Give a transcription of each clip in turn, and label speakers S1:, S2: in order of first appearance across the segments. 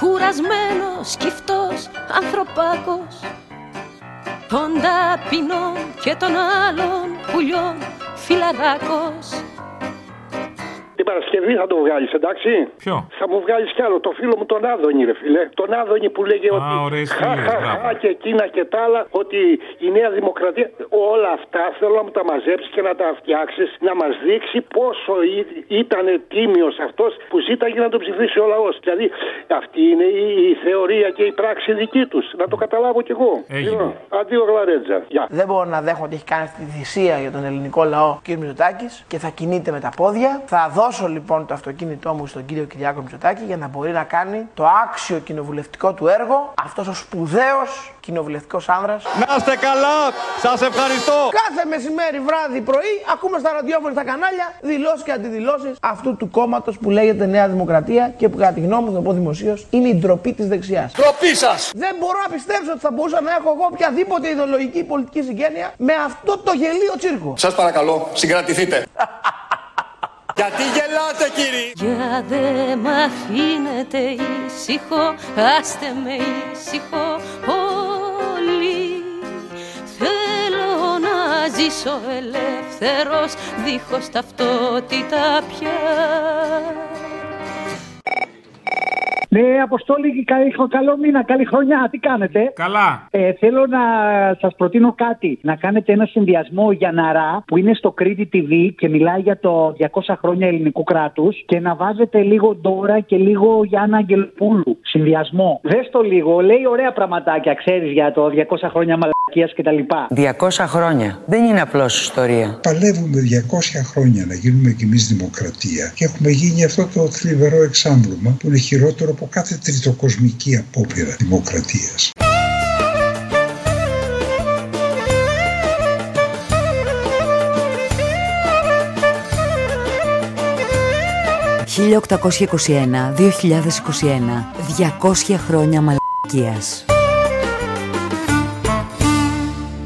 S1: κουρασμένος, σκυφτός, ανθρωπάκος των ταπεινών και των άλλων πουλιών φιλαράκος
S2: Την Παρασκευή θα το βγάλεις, εντάξει.
S3: Ποιο?
S2: Θα μου βγάλεις κι άλλο, το φίλο μου τον Άδωνη, ρε φίλε. Τον Άδωνη που λέγε
S3: Α,
S2: ότι.
S3: ωραίες
S2: χα,
S3: φίλες,
S2: χα,
S3: μπράβο.
S2: χα και εκείνα και τα άλλα, ότι η Νέα Δημοκρατία. Όλα αυτά θέλω να μου τα μαζέψεις και να τα φτιάξεις, να μας δείξει πόσο ήταν τίμιος αυτός που ζήταγε να τον ψηφίσει ο λαός. Δηλαδή, αυτή είναι η, η θεωρία και η πράξη δική τους. Να το καταλάβω κι εγώ.
S3: Έγινε.
S2: Λοιπόν, Αντίο γλαρέτζα. Γεια.
S4: Δεν μπορώ να δέχομαι ότι έχει κάνει αυτή τη θυσία για τον ελληνικό λαό ο κ. Μητσοτάκης και θα κινείται με τα πόδια. Θα δώσω λοιπόν το αυτοκίνητό μου στον κύριο Κυριάκο Μητσοτάκη για να μπορεί να κάνει το άξιο κοινοβουλευτικό του έργο. Αυτός ο σπουδαίος κοινοβουλευτικός άνδρας.
S5: Να είστε καλά, σας ευχαριστώ.
S4: Κάθε μεσημέρι, βράδυ, πρωί ακούμε στα ραδιόφωνα, στα κανάλια δηλώσεις και αντιδηλώσεις αυτού του κόμματος που λέγεται Νέα Δημοκρατία και που κατά τη γνώμη μου, θα το πω δημοσίως, είναι η ντροπή της δεξιάς.
S5: Τροπή σας.
S4: Δεν μπορώ να πιστέψω ότι θα μπορούσα να έχω εγώ οποιαδήποτε ιδεολογική πολιτική συγγένεια με αυτό το γελίο τσίρκο.
S5: Σας παρακαλώ, συγκρατηθείτε. Γιατί γελάτε κύριοι.
S1: Για δε μ' αφήνετε ήσυχο, άστε με ήσυχο όλοι Θέλω να ζήσω ελεύθερος, δίχως ταυτότητα πια
S6: Ναι, Αποστόλη, καλή, καλό μήνα, καλή χρονιά. Τι κάνετε.
S3: Καλά.
S6: Ε, θέλω να σας προτείνω κάτι. Να κάνετε ένα συνδυασμό για Ναρά που είναι στο Κρήτη TV και μιλάει για το 200 χρόνια ελληνικού κράτους και να βάζετε λίγο Ντόρα και λίγο Γιάννα Αγγελπούλου. Συνδυασμό. Δες το λίγο, λέει ωραία πραγματάκια, ξέρεις για το 200 χρόνια μαλακία κτλ.
S7: 200 χρόνια. Δεν είναι απλώς ιστορία.
S8: Παλεύουμε 200 χρόνια να γίνουμε κι εμείς δημοκρατία και έχουμε γίνει αυτό το θλιβερό εξάμβλωμα που είναι χειρότερο από κάθε τριτοκοσμική απόπειρα δημοκρατίας.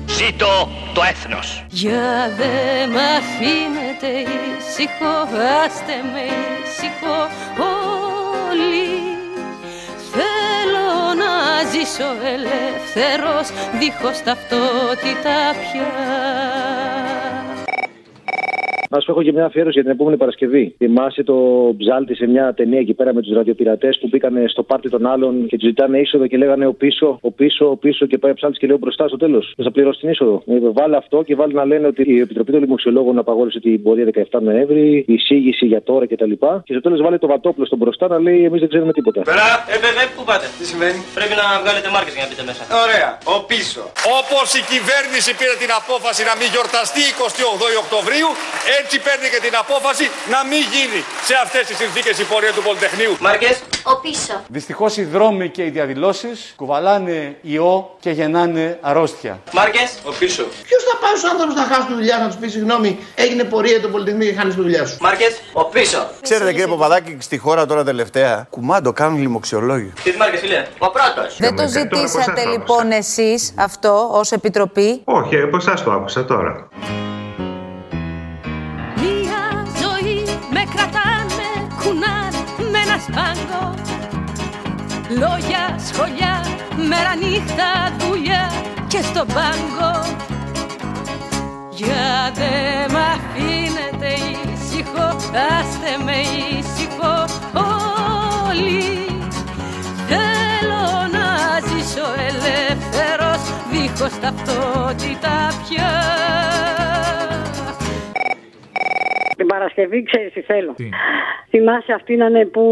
S5: Ζήτω το έθνος.
S1: Για δε μ' αφήνετε ήσυχο, άστε με ήσυχο όλοι Θέλω να ζήσω ελεύθερος, δίχως ταυτότητα πια
S9: Να σου έχω και μια αφιέρωση για την επόμενη Παρασκευή. Θυμάσαι το Μπζάλτη σε μια ταινία εκεί πέρα με τους ραδιοπειρατές που μπήκαν στο πάρτι των άλλων και τους ζητάνε είσοδο και λέγανε ο πίσω, ο πίσω, ο πίσω και πάει ο Ψάλτης και λέει «Ο μπροστά στο τέλος. Θα πληρώσει την είσοδο. Ε, Βάλε αυτό και βάλει να λένε ότι η Επιτροπή των Λιμοξιολόγων απαγόρευσε την πορεία 17 Νοέμβρη, η εισήγηση για τώρα κτλ. Και, τα λοιπά. και στο τέλος βάλει το βατόπλο στον μπροστά να λέει Εμείς δεν ξέρουμε τίποτα.
S10: Ρε παιδί, πού πάτε. Τι συμβαίνει. Πρέπει να βγάλετε μάρκες για να μπείτε μέσα. Ωραία. Ο πίσω.
S5: Όπως η κυβέρνηση πήρε την απόφαση να μην γιορταστεί 28 Οκτωβρίου, έτσι παίρνει και την απόφαση να μην γίνει σε αυτές τις συνθήκες η πορεία του Πολυτεχνείου.
S10: Μάρκες.
S11: Ο πίσω.
S9: Δυστυχώς οι δρόμοι και οι διαδηλώσεις κουβαλάνε ιό και γεννάνε αρρώστια.
S10: Μάρκες. Ο πίσω.
S4: Ποιος θα πάει στους άνθρωπου να χάσουν τη δουλειά, να τους πει συγγνώμη, έγινε πορεία για το Πολυτεχνείο και χάνεις τη δουλειά σου.
S10: Μάρκες. Ο πίσω.
S5: Ξέρετε κύριε Παπαδάκη, στη χώρα τώρα τελευταία, κουμάντο κάνουν λιμοξιολόγοι.
S10: Τι μάρκες φίλε. Ο πρώτος.
S7: Δεν το ζητήσατε λοιπόν εσείς αυτό ως επιτροπή.
S8: Όχι, από εσάς το άκουσα τώρα.
S1: Μια ζωή με κρατάνε, κουνάνε με ένα σπάγκο Λόγια, σχολιά, μέρα νύχτα, δουλειά και στον πάγκο Για δε μ' αφήνετε ήσυχο, άστε με ήσυχο όλοι Θέλω να ζήσω ελεύθερος, δίχως ταυτότητα πια
S11: Την Παρασκευή ξέρεις τι θέλω.
S3: Τι.
S11: Θυμάσαι αυτήν ανε που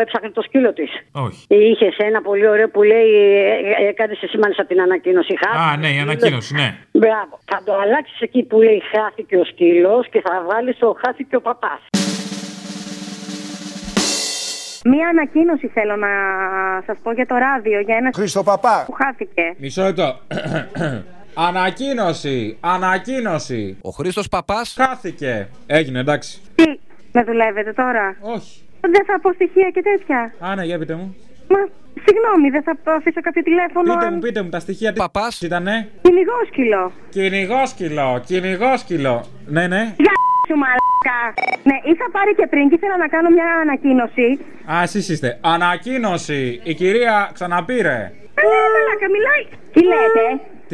S11: έψαχνε το σκύλο της.
S3: Όχι.
S11: Είχε ένα πολύ ωραίο που λέει ε, Έκανε εσύ μάλιστα την ανακοίνωση.
S3: Α, ναι, η ανακοίνωση, ναι.
S11: Μπράβο. Θα το αλλάξεις εκεί που λέει Χάθηκε ο σκύλος και θα βάλεις το Χάθηκε ο παπάς.
S6: Μία ανακοίνωση θέλω να σας πω για το ράδιο, για ένα
S5: Χρήστο Παπά.
S6: που χάθηκε.
S10: Μισό λεπτό. Ανακοίνωση. Ανακοίνωση.
S5: Ο Χρήστος Παπάς.
S10: Χάθηκε. Έγινε, εντάξει.
S6: Τι, με δουλεύετε τώρα.
S10: Όχι.
S6: Δεν θα πω στοιχεία και τέτοια.
S10: Α, ναι, για πείτε μου.
S6: Μα, συγγνώμη, δεν θα αφήσω κάποιο τηλέφωνο.
S10: Πείτε μου,
S6: αν...
S10: πείτε μου τα στοιχεία. Τι
S5: Παπάς.
S10: ήτανε.
S6: Κυνηγόσκυλο.
S10: Κυνηγόσκυλο. Κυνηγόσκυλο. Ναι, ναι.
S6: Για σου, μαλάκα. Ναι, είχα πάρει και πριν και ήθελα να κάνω μια ανακοίνωση.
S12: Α, εσείς είστε. Ανακοίνωση. Η κυρία ξαναπήρε.
S6: Ε, ναι, μαλάκα, μιλάει. Τι λέτε.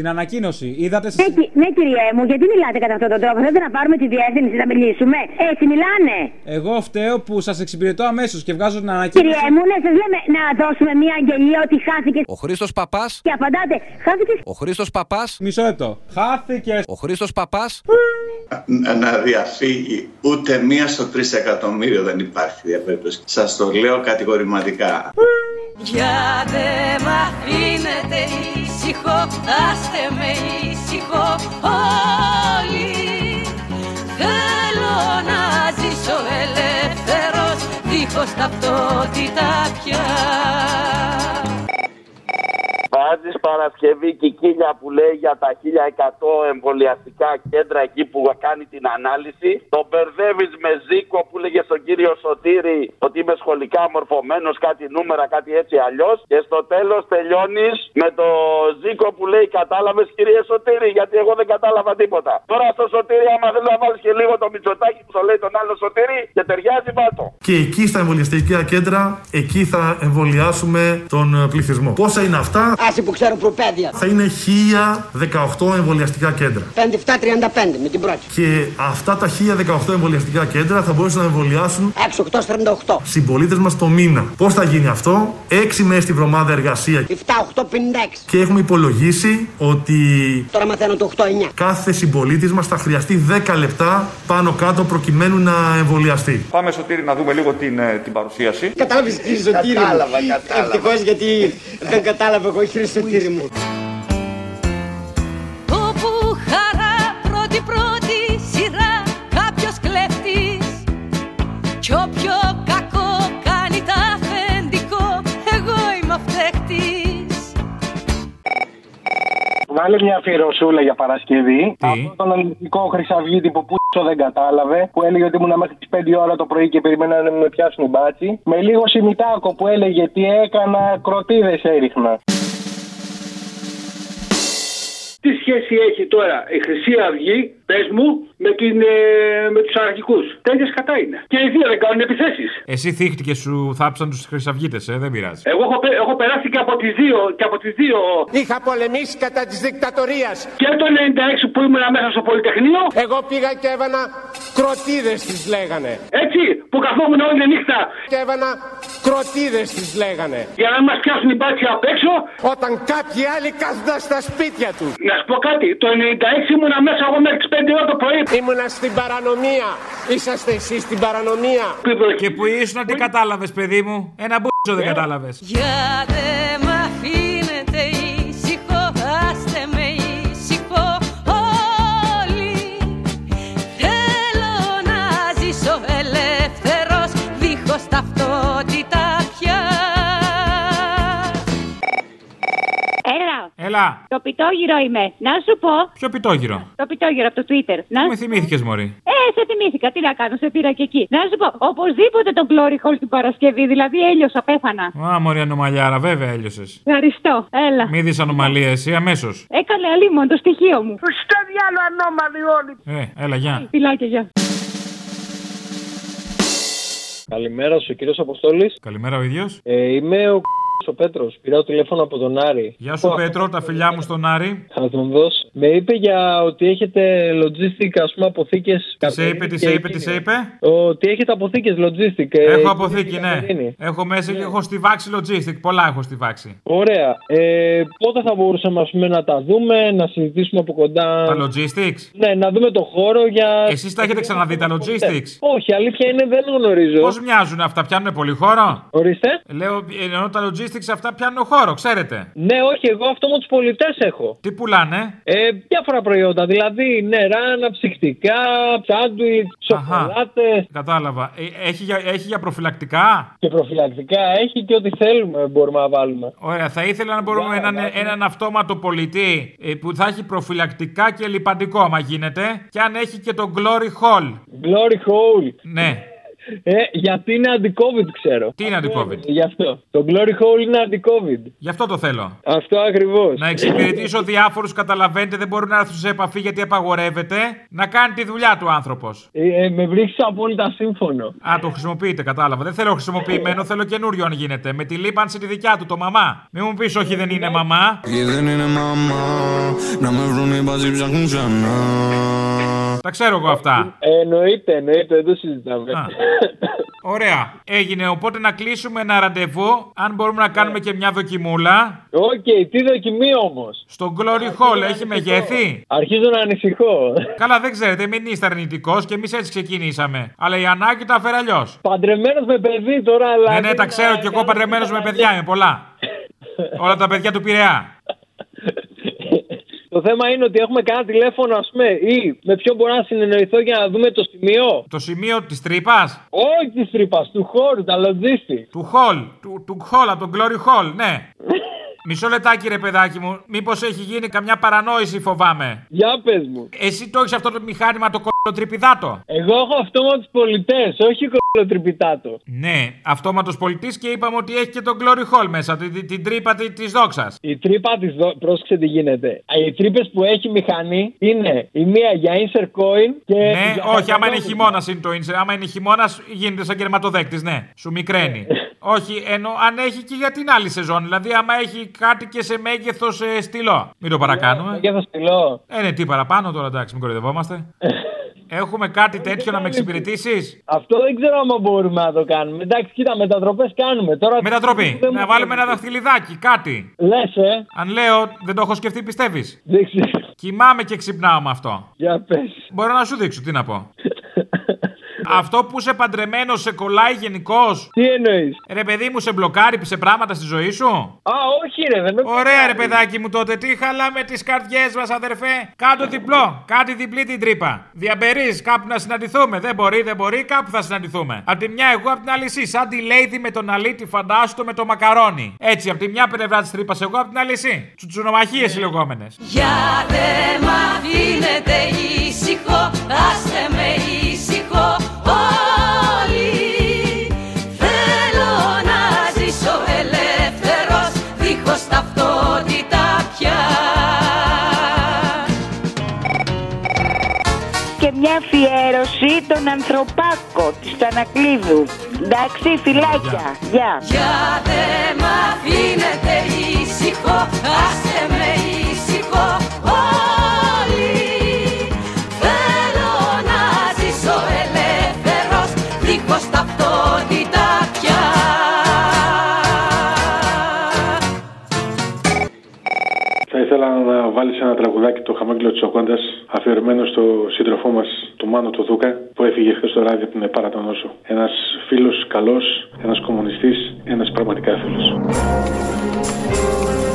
S12: Την ανακοίνωση. Είδατε
S6: Ναι,
S12: εσείς...
S6: κυ- ναι, κυριέ μου, γιατί μιλάτε κατά αυτόν τον τρόπο. Θέλετε να πάρουμε τη διεύθυνση να μιλήσουμε. Έτσι μιλάνε.
S12: Εγώ φταίω που σας εξυπηρετώ αμέσως και βγάζω την ανακοίνωση.
S6: Κυριέ μου, ναι, σας λέμε να δώσουμε μια αγγελία ότι χάθηκε.
S12: Ο Χρήστος Παπάς.
S6: Και απαντάτε, χάθηκε.
S12: Ο Χρήστος Παπάς. Μισό λεπτό. Χάθηκε. Ο Χρήστος Παπάς.
S8: να- να διαφύγει. Ούτε μία στο τρισεκατομμύριο δεν υπάρχει διαπέπτωση. Σας το λέω κατηγορηματικά.
S1: Για δε μ' αφήνετε ήσυχο, άστε με ήσυχο όλοι. Θέλω να ζήσω ελεύθερος, δίχως ταυτότητα πια.
S13: Βάζει Παρασκευή Κικίλια που λέει για τα 1100 εμβολιαστικά κέντρα εκεί που κάνει την ανάλυση. Το μπερδεύεις με Ζήκο που λέγε στον κύριο Σωτήρη ότι είμαι σχολικά μορφωμένος, κάτι νούμερα, κάτι έτσι αλλιώς. Και στο τέλος τελειώνεις με το Ζήκο που λέει Κατάλαβες κύριε Σωτήρη, γιατί εγώ δεν κατάλαβα τίποτα. Τώρα στο Σωτήρη, άμα θέλει να βάλεις και λίγο το μυτσοτάκι που το λέει τον άλλο Σωτήρη και ταιριάζει, βάτο.
S14: Και εκεί στα εμβολιαστικά κέντρα, εκεί θα εμβολιάσουμε τον ε, πληθυσμό. Πόσα είναι αυτά,
S4: Άση που ξέρουν προπαίδεια.
S14: θα είναι 1018 εμβολιαστικά κέντρα.
S4: 5-7-35 με την πρώτη.
S14: Και αυτά τα 1018 εμβολιαστικά κέντρα θα μπορούσαν να εμβολιάσουν
S4: 6-8-48.
S14: συμπολίτες μας το μήνα. Πώς θα γίνει αυτό, 6 μέρε τη βδομάδα εργασία.
S4: 7-8-56.
S14: Και έχουμε υπολογίσει ότι
S4: Τώρα μαθαίνω το 8-9.
S14: κάθε συμπολίτης μας θα χρειαστεί 10 λεπτά πάνω κάτω προκειμένου να εμβολιαστεί.
S15: Πάμε Σωτήρη να δούμε λίγο την, ε, την παρουσίαση.
S4: Κατάλαβες κύριε Σωτήρη.
S15: Κατάλαβα, κατάλαβα.
S4: Ευτυχώς γιατί δεν κατάλαβα εγώ κύριε Σωτήρη μου.
S1: Όπου χαρά πρώτη πρώτη σειρά κάποιος κλέφτης Κι όποιο κακό κάνει τα αφεντικό εγώ είμαι ο φταίχτης
S16: Βάλε μια αφιερωσούλα για Παρασκευή. Αυτό τον ελληνικό χρυσαυγίτη που πούσο δεν κατάλαβε, που έλεγε ότι ήμουν μέχρι τις 5 η ώρα το πρωί και περιμένα να με πιάσουν οι μπάτσι. Με λίγο σιμιτάκο που έλεγε τι έκανα, κροτίδες έριχνα.
S17: Τι σχέση έχει τώρα η Χρυσή Αυγή, πες μου, με, την, ε, με τους αναρχικού. Τέτοιες κατά είναι. Και οι δύο δεν κάνουν επιθέσεις.
S10: Εσύ θύχτηκε σου θάψαν τους Χρυσαυγίτες, ε, δεν πειράζει.
S17: Εγώ έχω, πε- έχω περάσει και από τις δύο. Και από τις δύο.
S2: Είχα πολεμήσει κατά της δικτατορίας.
S17: Και το 96 που ήμουν μέσα στο Πολυτεχνείο.
S2: Εγώ πήγα και έβανα κροτίδες τις λέγανε.
S17: Έτσι, που καθόμουν όλη τη νύχτα.
S2: Και έβανα κροτίδες τις λέγανε.
S17: Για να μας πιάσουν οι μπάτσοι απ' έξω.
S2: Όταν κάποιοι άλλοι κάθονταν στα σπίτια τους.
S17: Να σου πω κάτι, το 96 ήμουνα μέσα εγώ μέχρι τις 5 ώρα το πρωί.
S2: Ήμουνα στην παρανομία. Είσαστε εσείς στην παρανομία.
S10: Και που ήσουν, τι κατάλαβες, παιδί μου. Ένα μπούτσο δεν κατάλαβες.
S1: Για δε μ' αφήνετε ήσυχο, άστε με ήσυχο όλοι Θέλω να ζήσω ελεύθερος, δίχως ταυτότητα πια
S18: Έλα.
S10: Έλα,
S18: Το πιτόγυρο είμαι. Να σου πω.
S10: ποιο πιτόγυρο.
S18: Το πιτόγυρο από το Twitter. Να
S10: Με
S18: σου
S10: θυμήθηκες, Μωρή.
S18: Ε, σε θυμήθηκα. Τι να κάνω, σε πήρα και εκεί. Να σου πω. Οπωσδήποτε τον Glory Hall την Παρασκευή. Δηλαδή έλειωσα, πέθανα.
S10: Α, Μωρή Ανομαλιάρα, βέβαια έλειωσες.
S18: Ευχαριστώ. Έλα.
S10: Μη δεις ανομαλία εσύ αμέσως.
S18: Έκανε αλίμον το στοιχείο μου.
S19: Στο διάλογο ανώμαλοι όλοι.
S10: Ε, έλα, γεια.
S18: Φιλάκια, γεια.
S9: Καλημέρα σου, κύριος Αποστόλης.
S10: Καλημέρα, ο ίδιος.
S9: Ε, είμαι ο ο Πέτρος. Πήρα το τηλέφωνο από τον Άρη.
S10: Γεια σου, Πέτρο, τα φιλιά μου στον Άρη.
S9: Θα τον δώσω. Με είπε για ότι έχετε logistic, ας πούμε, αποθήκες.
S10: Τι σε είπε, τι σε είπε, τι σε είπε.
S9: Ότι έχετε αποθήκες logistic. ε,
S10: Έχω
S9: εκεί
S10: αποθήκη,
S9: στην
S10: ναι.
S9: Κατερίνη.
S10: Έχω μέσα και έχω στιβάξει logistic. Πολλά έχω στιβάξει.
S9: Ωραία. Ε, πότε θα μπορούσαμε ας πούμε, να τα δούμε, να συζητήσουμε από κοντά.
S10: Τα logistics.
S9: Ναι, να δούμε το χώρο για.
S10: Εσείς τα έχετε ξαναδεί τα logistics.
S9: Όχι, αλήθεια είναι δεν γνωρίζω.
S10: Πώς μοιάζουν αυτά, πιάνουν πολύ χώρο.
S9: Ορίστε.
S10: Λέω, εννοώ τα logistics αυτά πιάνουν χώρο, ξέρετε.
S9: Ναι, όχι, εγώ αυτό με τους πολιτές έχω.
S10: Τι πουλάνε?
S9: Ε, διάφορα προϊόντα. Δηλαδή νερά, αναψυκτικά, σάντουιτ, σοκολάτες.
S10: Κατάλαβα. Ε, Έχει για, έχει για προφυλακτικά.
S9: Και προφυλακτικά έχει και ό,τι θέλουμε μπορούμε να βάλουμε.
S10: Ωραία, θα ήθελα να μπορούμε έναν, έναν αυτόματο πολιτή ε, που θα έχει προφυλακτικά και λιπαντικό, άμα γίνεται. Και αν έχει και το Glory Hall.
S9: Glory Hole.
S10: Ναι.
S9: Ε, γιατί είναι αντι-COVID, ξέρω.
S10: Τι είναι αντι-COVID?
S9: Γι' αυτό. Το Glory Hole είναι αντι-COVID.
S10: Γι' αυτό το θέλω.
S9: Αυτό ακριβώς.
S10: Να εξυπηρετήσω διάφορους, καταλαβαίνετε, δεν μπορούν να έρθουν σε επαφή γιατί απαγορεύεται. Να κάνει τη δουλειά του άνθρωπος.
S9: Ε, ε, με βρίσκει απόλυτα σύμφωνο.
S10: Α, το χρησιμοποιείτε, κατάλαβα. Δεν θέλω χρησιμοποιημένο, θέλω καινούριο αν γίνεται. Με τη λίπανση τη δικιά του, το μαμά. Μην μου πεις, όχι, δεν είναι μαμά.
S2: Και δεν είναι μαμά, να με βρουν οι μπαζί ψάχνουν ξανά.
S10: Τα ξέρω εγώ αυτά.
S9: Ε, εννοείται, εννοείται, δεν το συζητάμε.
S10: Α. Ωραία. Έγινε. Οπότε να κλείσουμε ένα ραντεβού. Αν μπορούμε να κάνουμε και μια δοκιμούλα.
S9: Οκ, τι δοκιμή όμως.
S10: Στο Glory Hall έχει μεγέθη.
S9: Αρχίζω να ανησυχώ.
S10: Καλά, δεν ξέρετε, μην είστε αρνητικός και εμείς έτσι ξεκινήσαμε. Αλλά η ανάγκη τα φέρει αλλιώς.
S9: Παντρεμένος με παιδί τώρα, αλλά.
S10: Ναι, ναι, τα ξέρω κι εγώ παντρεμένο με παιδιά είμαι πολλά. Όλα τα παιδιά του Πειραιά.
S9: Το θέμα είναι ότι έχουμε κανένα τηλέφωνο, ας πούμε, ή με ποιον μπορώ να συνεννοηθώ για να δούμε το σημείο.
S10: Το σημείο της τρύπας.
S9: Όχι της τρύπας, του χώρου, τα λοντζίστη.
S10: Του Hall. Του, του Hall, από τον Glory Hall, ναι. Μισό λετάκι, ρε παιδάκι μου. Μήπως έχει γίνει καμιά παρανόηση, φοβάμαι.
S9: Για πες μου.
S10: Εσύ το έχεις αυτό το μηχάνημα το κολοτριπιδάτο.
S9: Εγώ έχω αυτόματος πολιτές, όχι κολοτριπιτάτο.
S10: Ναι, αυτόματος πολιτής και είπαμε ότι έχει και τον Glory Hall μέσα, την, την, την τρύπα τη δόξας.
S9: Η τρύπα της δο... Πρόσεξε τι γίνεται. Οι τρύπες που έχει η μηχανή είναι η μία για insert coin και.
S10: Ναι,
S9: Ε,
S10: όχι,
S9: για
S10: άμα είναι
S9: αυτόματο.
S10: χειμώνας είναι το insert. Άμα είναι χειμώνας, γίνεται σαν κερματοδέκτης, ναι. Σου μικραίνει. όχι, ενώ αν έχει και για την άλλη σεζόν. Δηλαδή, άμα έχει κάτι και σε μέγεθος ε, στυλό. Μην το παρακάνουμε.
S9: Για το στυλό.
S10: Ε, ναι, τι παραπάνω τώρα, εντάξει, μην κορυδευόμαστε. Έχουμε κάτι τέτοιο να με εξυπηρετήσεις.
S9: Αυτό δεν ξέρω αν μπορούμε να το κάνουμε. Εντάξει, κοίτα, μετατροπές κάνουμε. Τώρα...
S10: Μετατροπή.
S9: Δεν μου
S10: Να βάλουμε ένα δαχτυλιδάκι, κάτι.
S9: Λες, ε.
S10: Αν λέω, δεν το έχω σκεφτεί, πιστεύεις.
S9: Δεν ξέρω.
S10: Κοιμάμαι και ξυπνάω με αυτό.
S9: Για πες.
S10: Μπορώ να σου δείξω, τι να πω. αυτό που είσαι παντρεμένος σε κολλάει γενικώς.
S9: Τι εννοείς.
S10: Ρε παιδί μου, σε μπλοκάρει σε πράγματα στη ζωή σου.
S9: Α, όχι, ρε, δεν με
S10: Ωραία, ρε παιδάκι μου τότε. Τι χαλάμε τις καρδιές μας, αδερφέ. Κάτω διπλό. Κάτι διπλή την τρύπα. Διαμπερείς κάπου να συναντηθούμε. Δεν μπορεί, δεν μπορεί, κάπου θα συναντηθούμε. Απ' τη μια εγώ, απ' την άλλη εσύ. Σαν τη Lady με τον αλήτη, φαντάστο με το μακαρόνι. Έτσι, απ' τη μια πλευρά της τρύπας εγώ, απ' την άλλη εσύ. Τσουτσουνομαχίες
S9: Ναι.
S10: οι λεγόμενε.
S1: Για δε μ' αφήνετε ήσυχο, άστε με ήσυχο όλοι. Θέλω να ζήσω ελεύθερος, δίχως ταυτότητα πια.
S4: Και μια αφιέρωση τον Ανθρωπάκο της Στανακλείδου. Εντάξει, φυλάκια. Γεια.
S1: Για δε μ' αφήνετε ήσυχο, άστε με ήσυχο όλοι. Θέλω να ζήσω ελεύθερος, δίχως ταυτότητα πια.
S20: Θα ήθελα να βάλει ένα τραγουδάκι το χαμόγελο της Οκόντα αφιερωμένο στο σύντροφό μας, τον Μάνο το Δούκα, που έφυγε χθες το βράδυ από την Επάρα τον Όσο. Ένας φίλος καλός, ένας κομμουνιστής, ένας πραγματικά φίλος.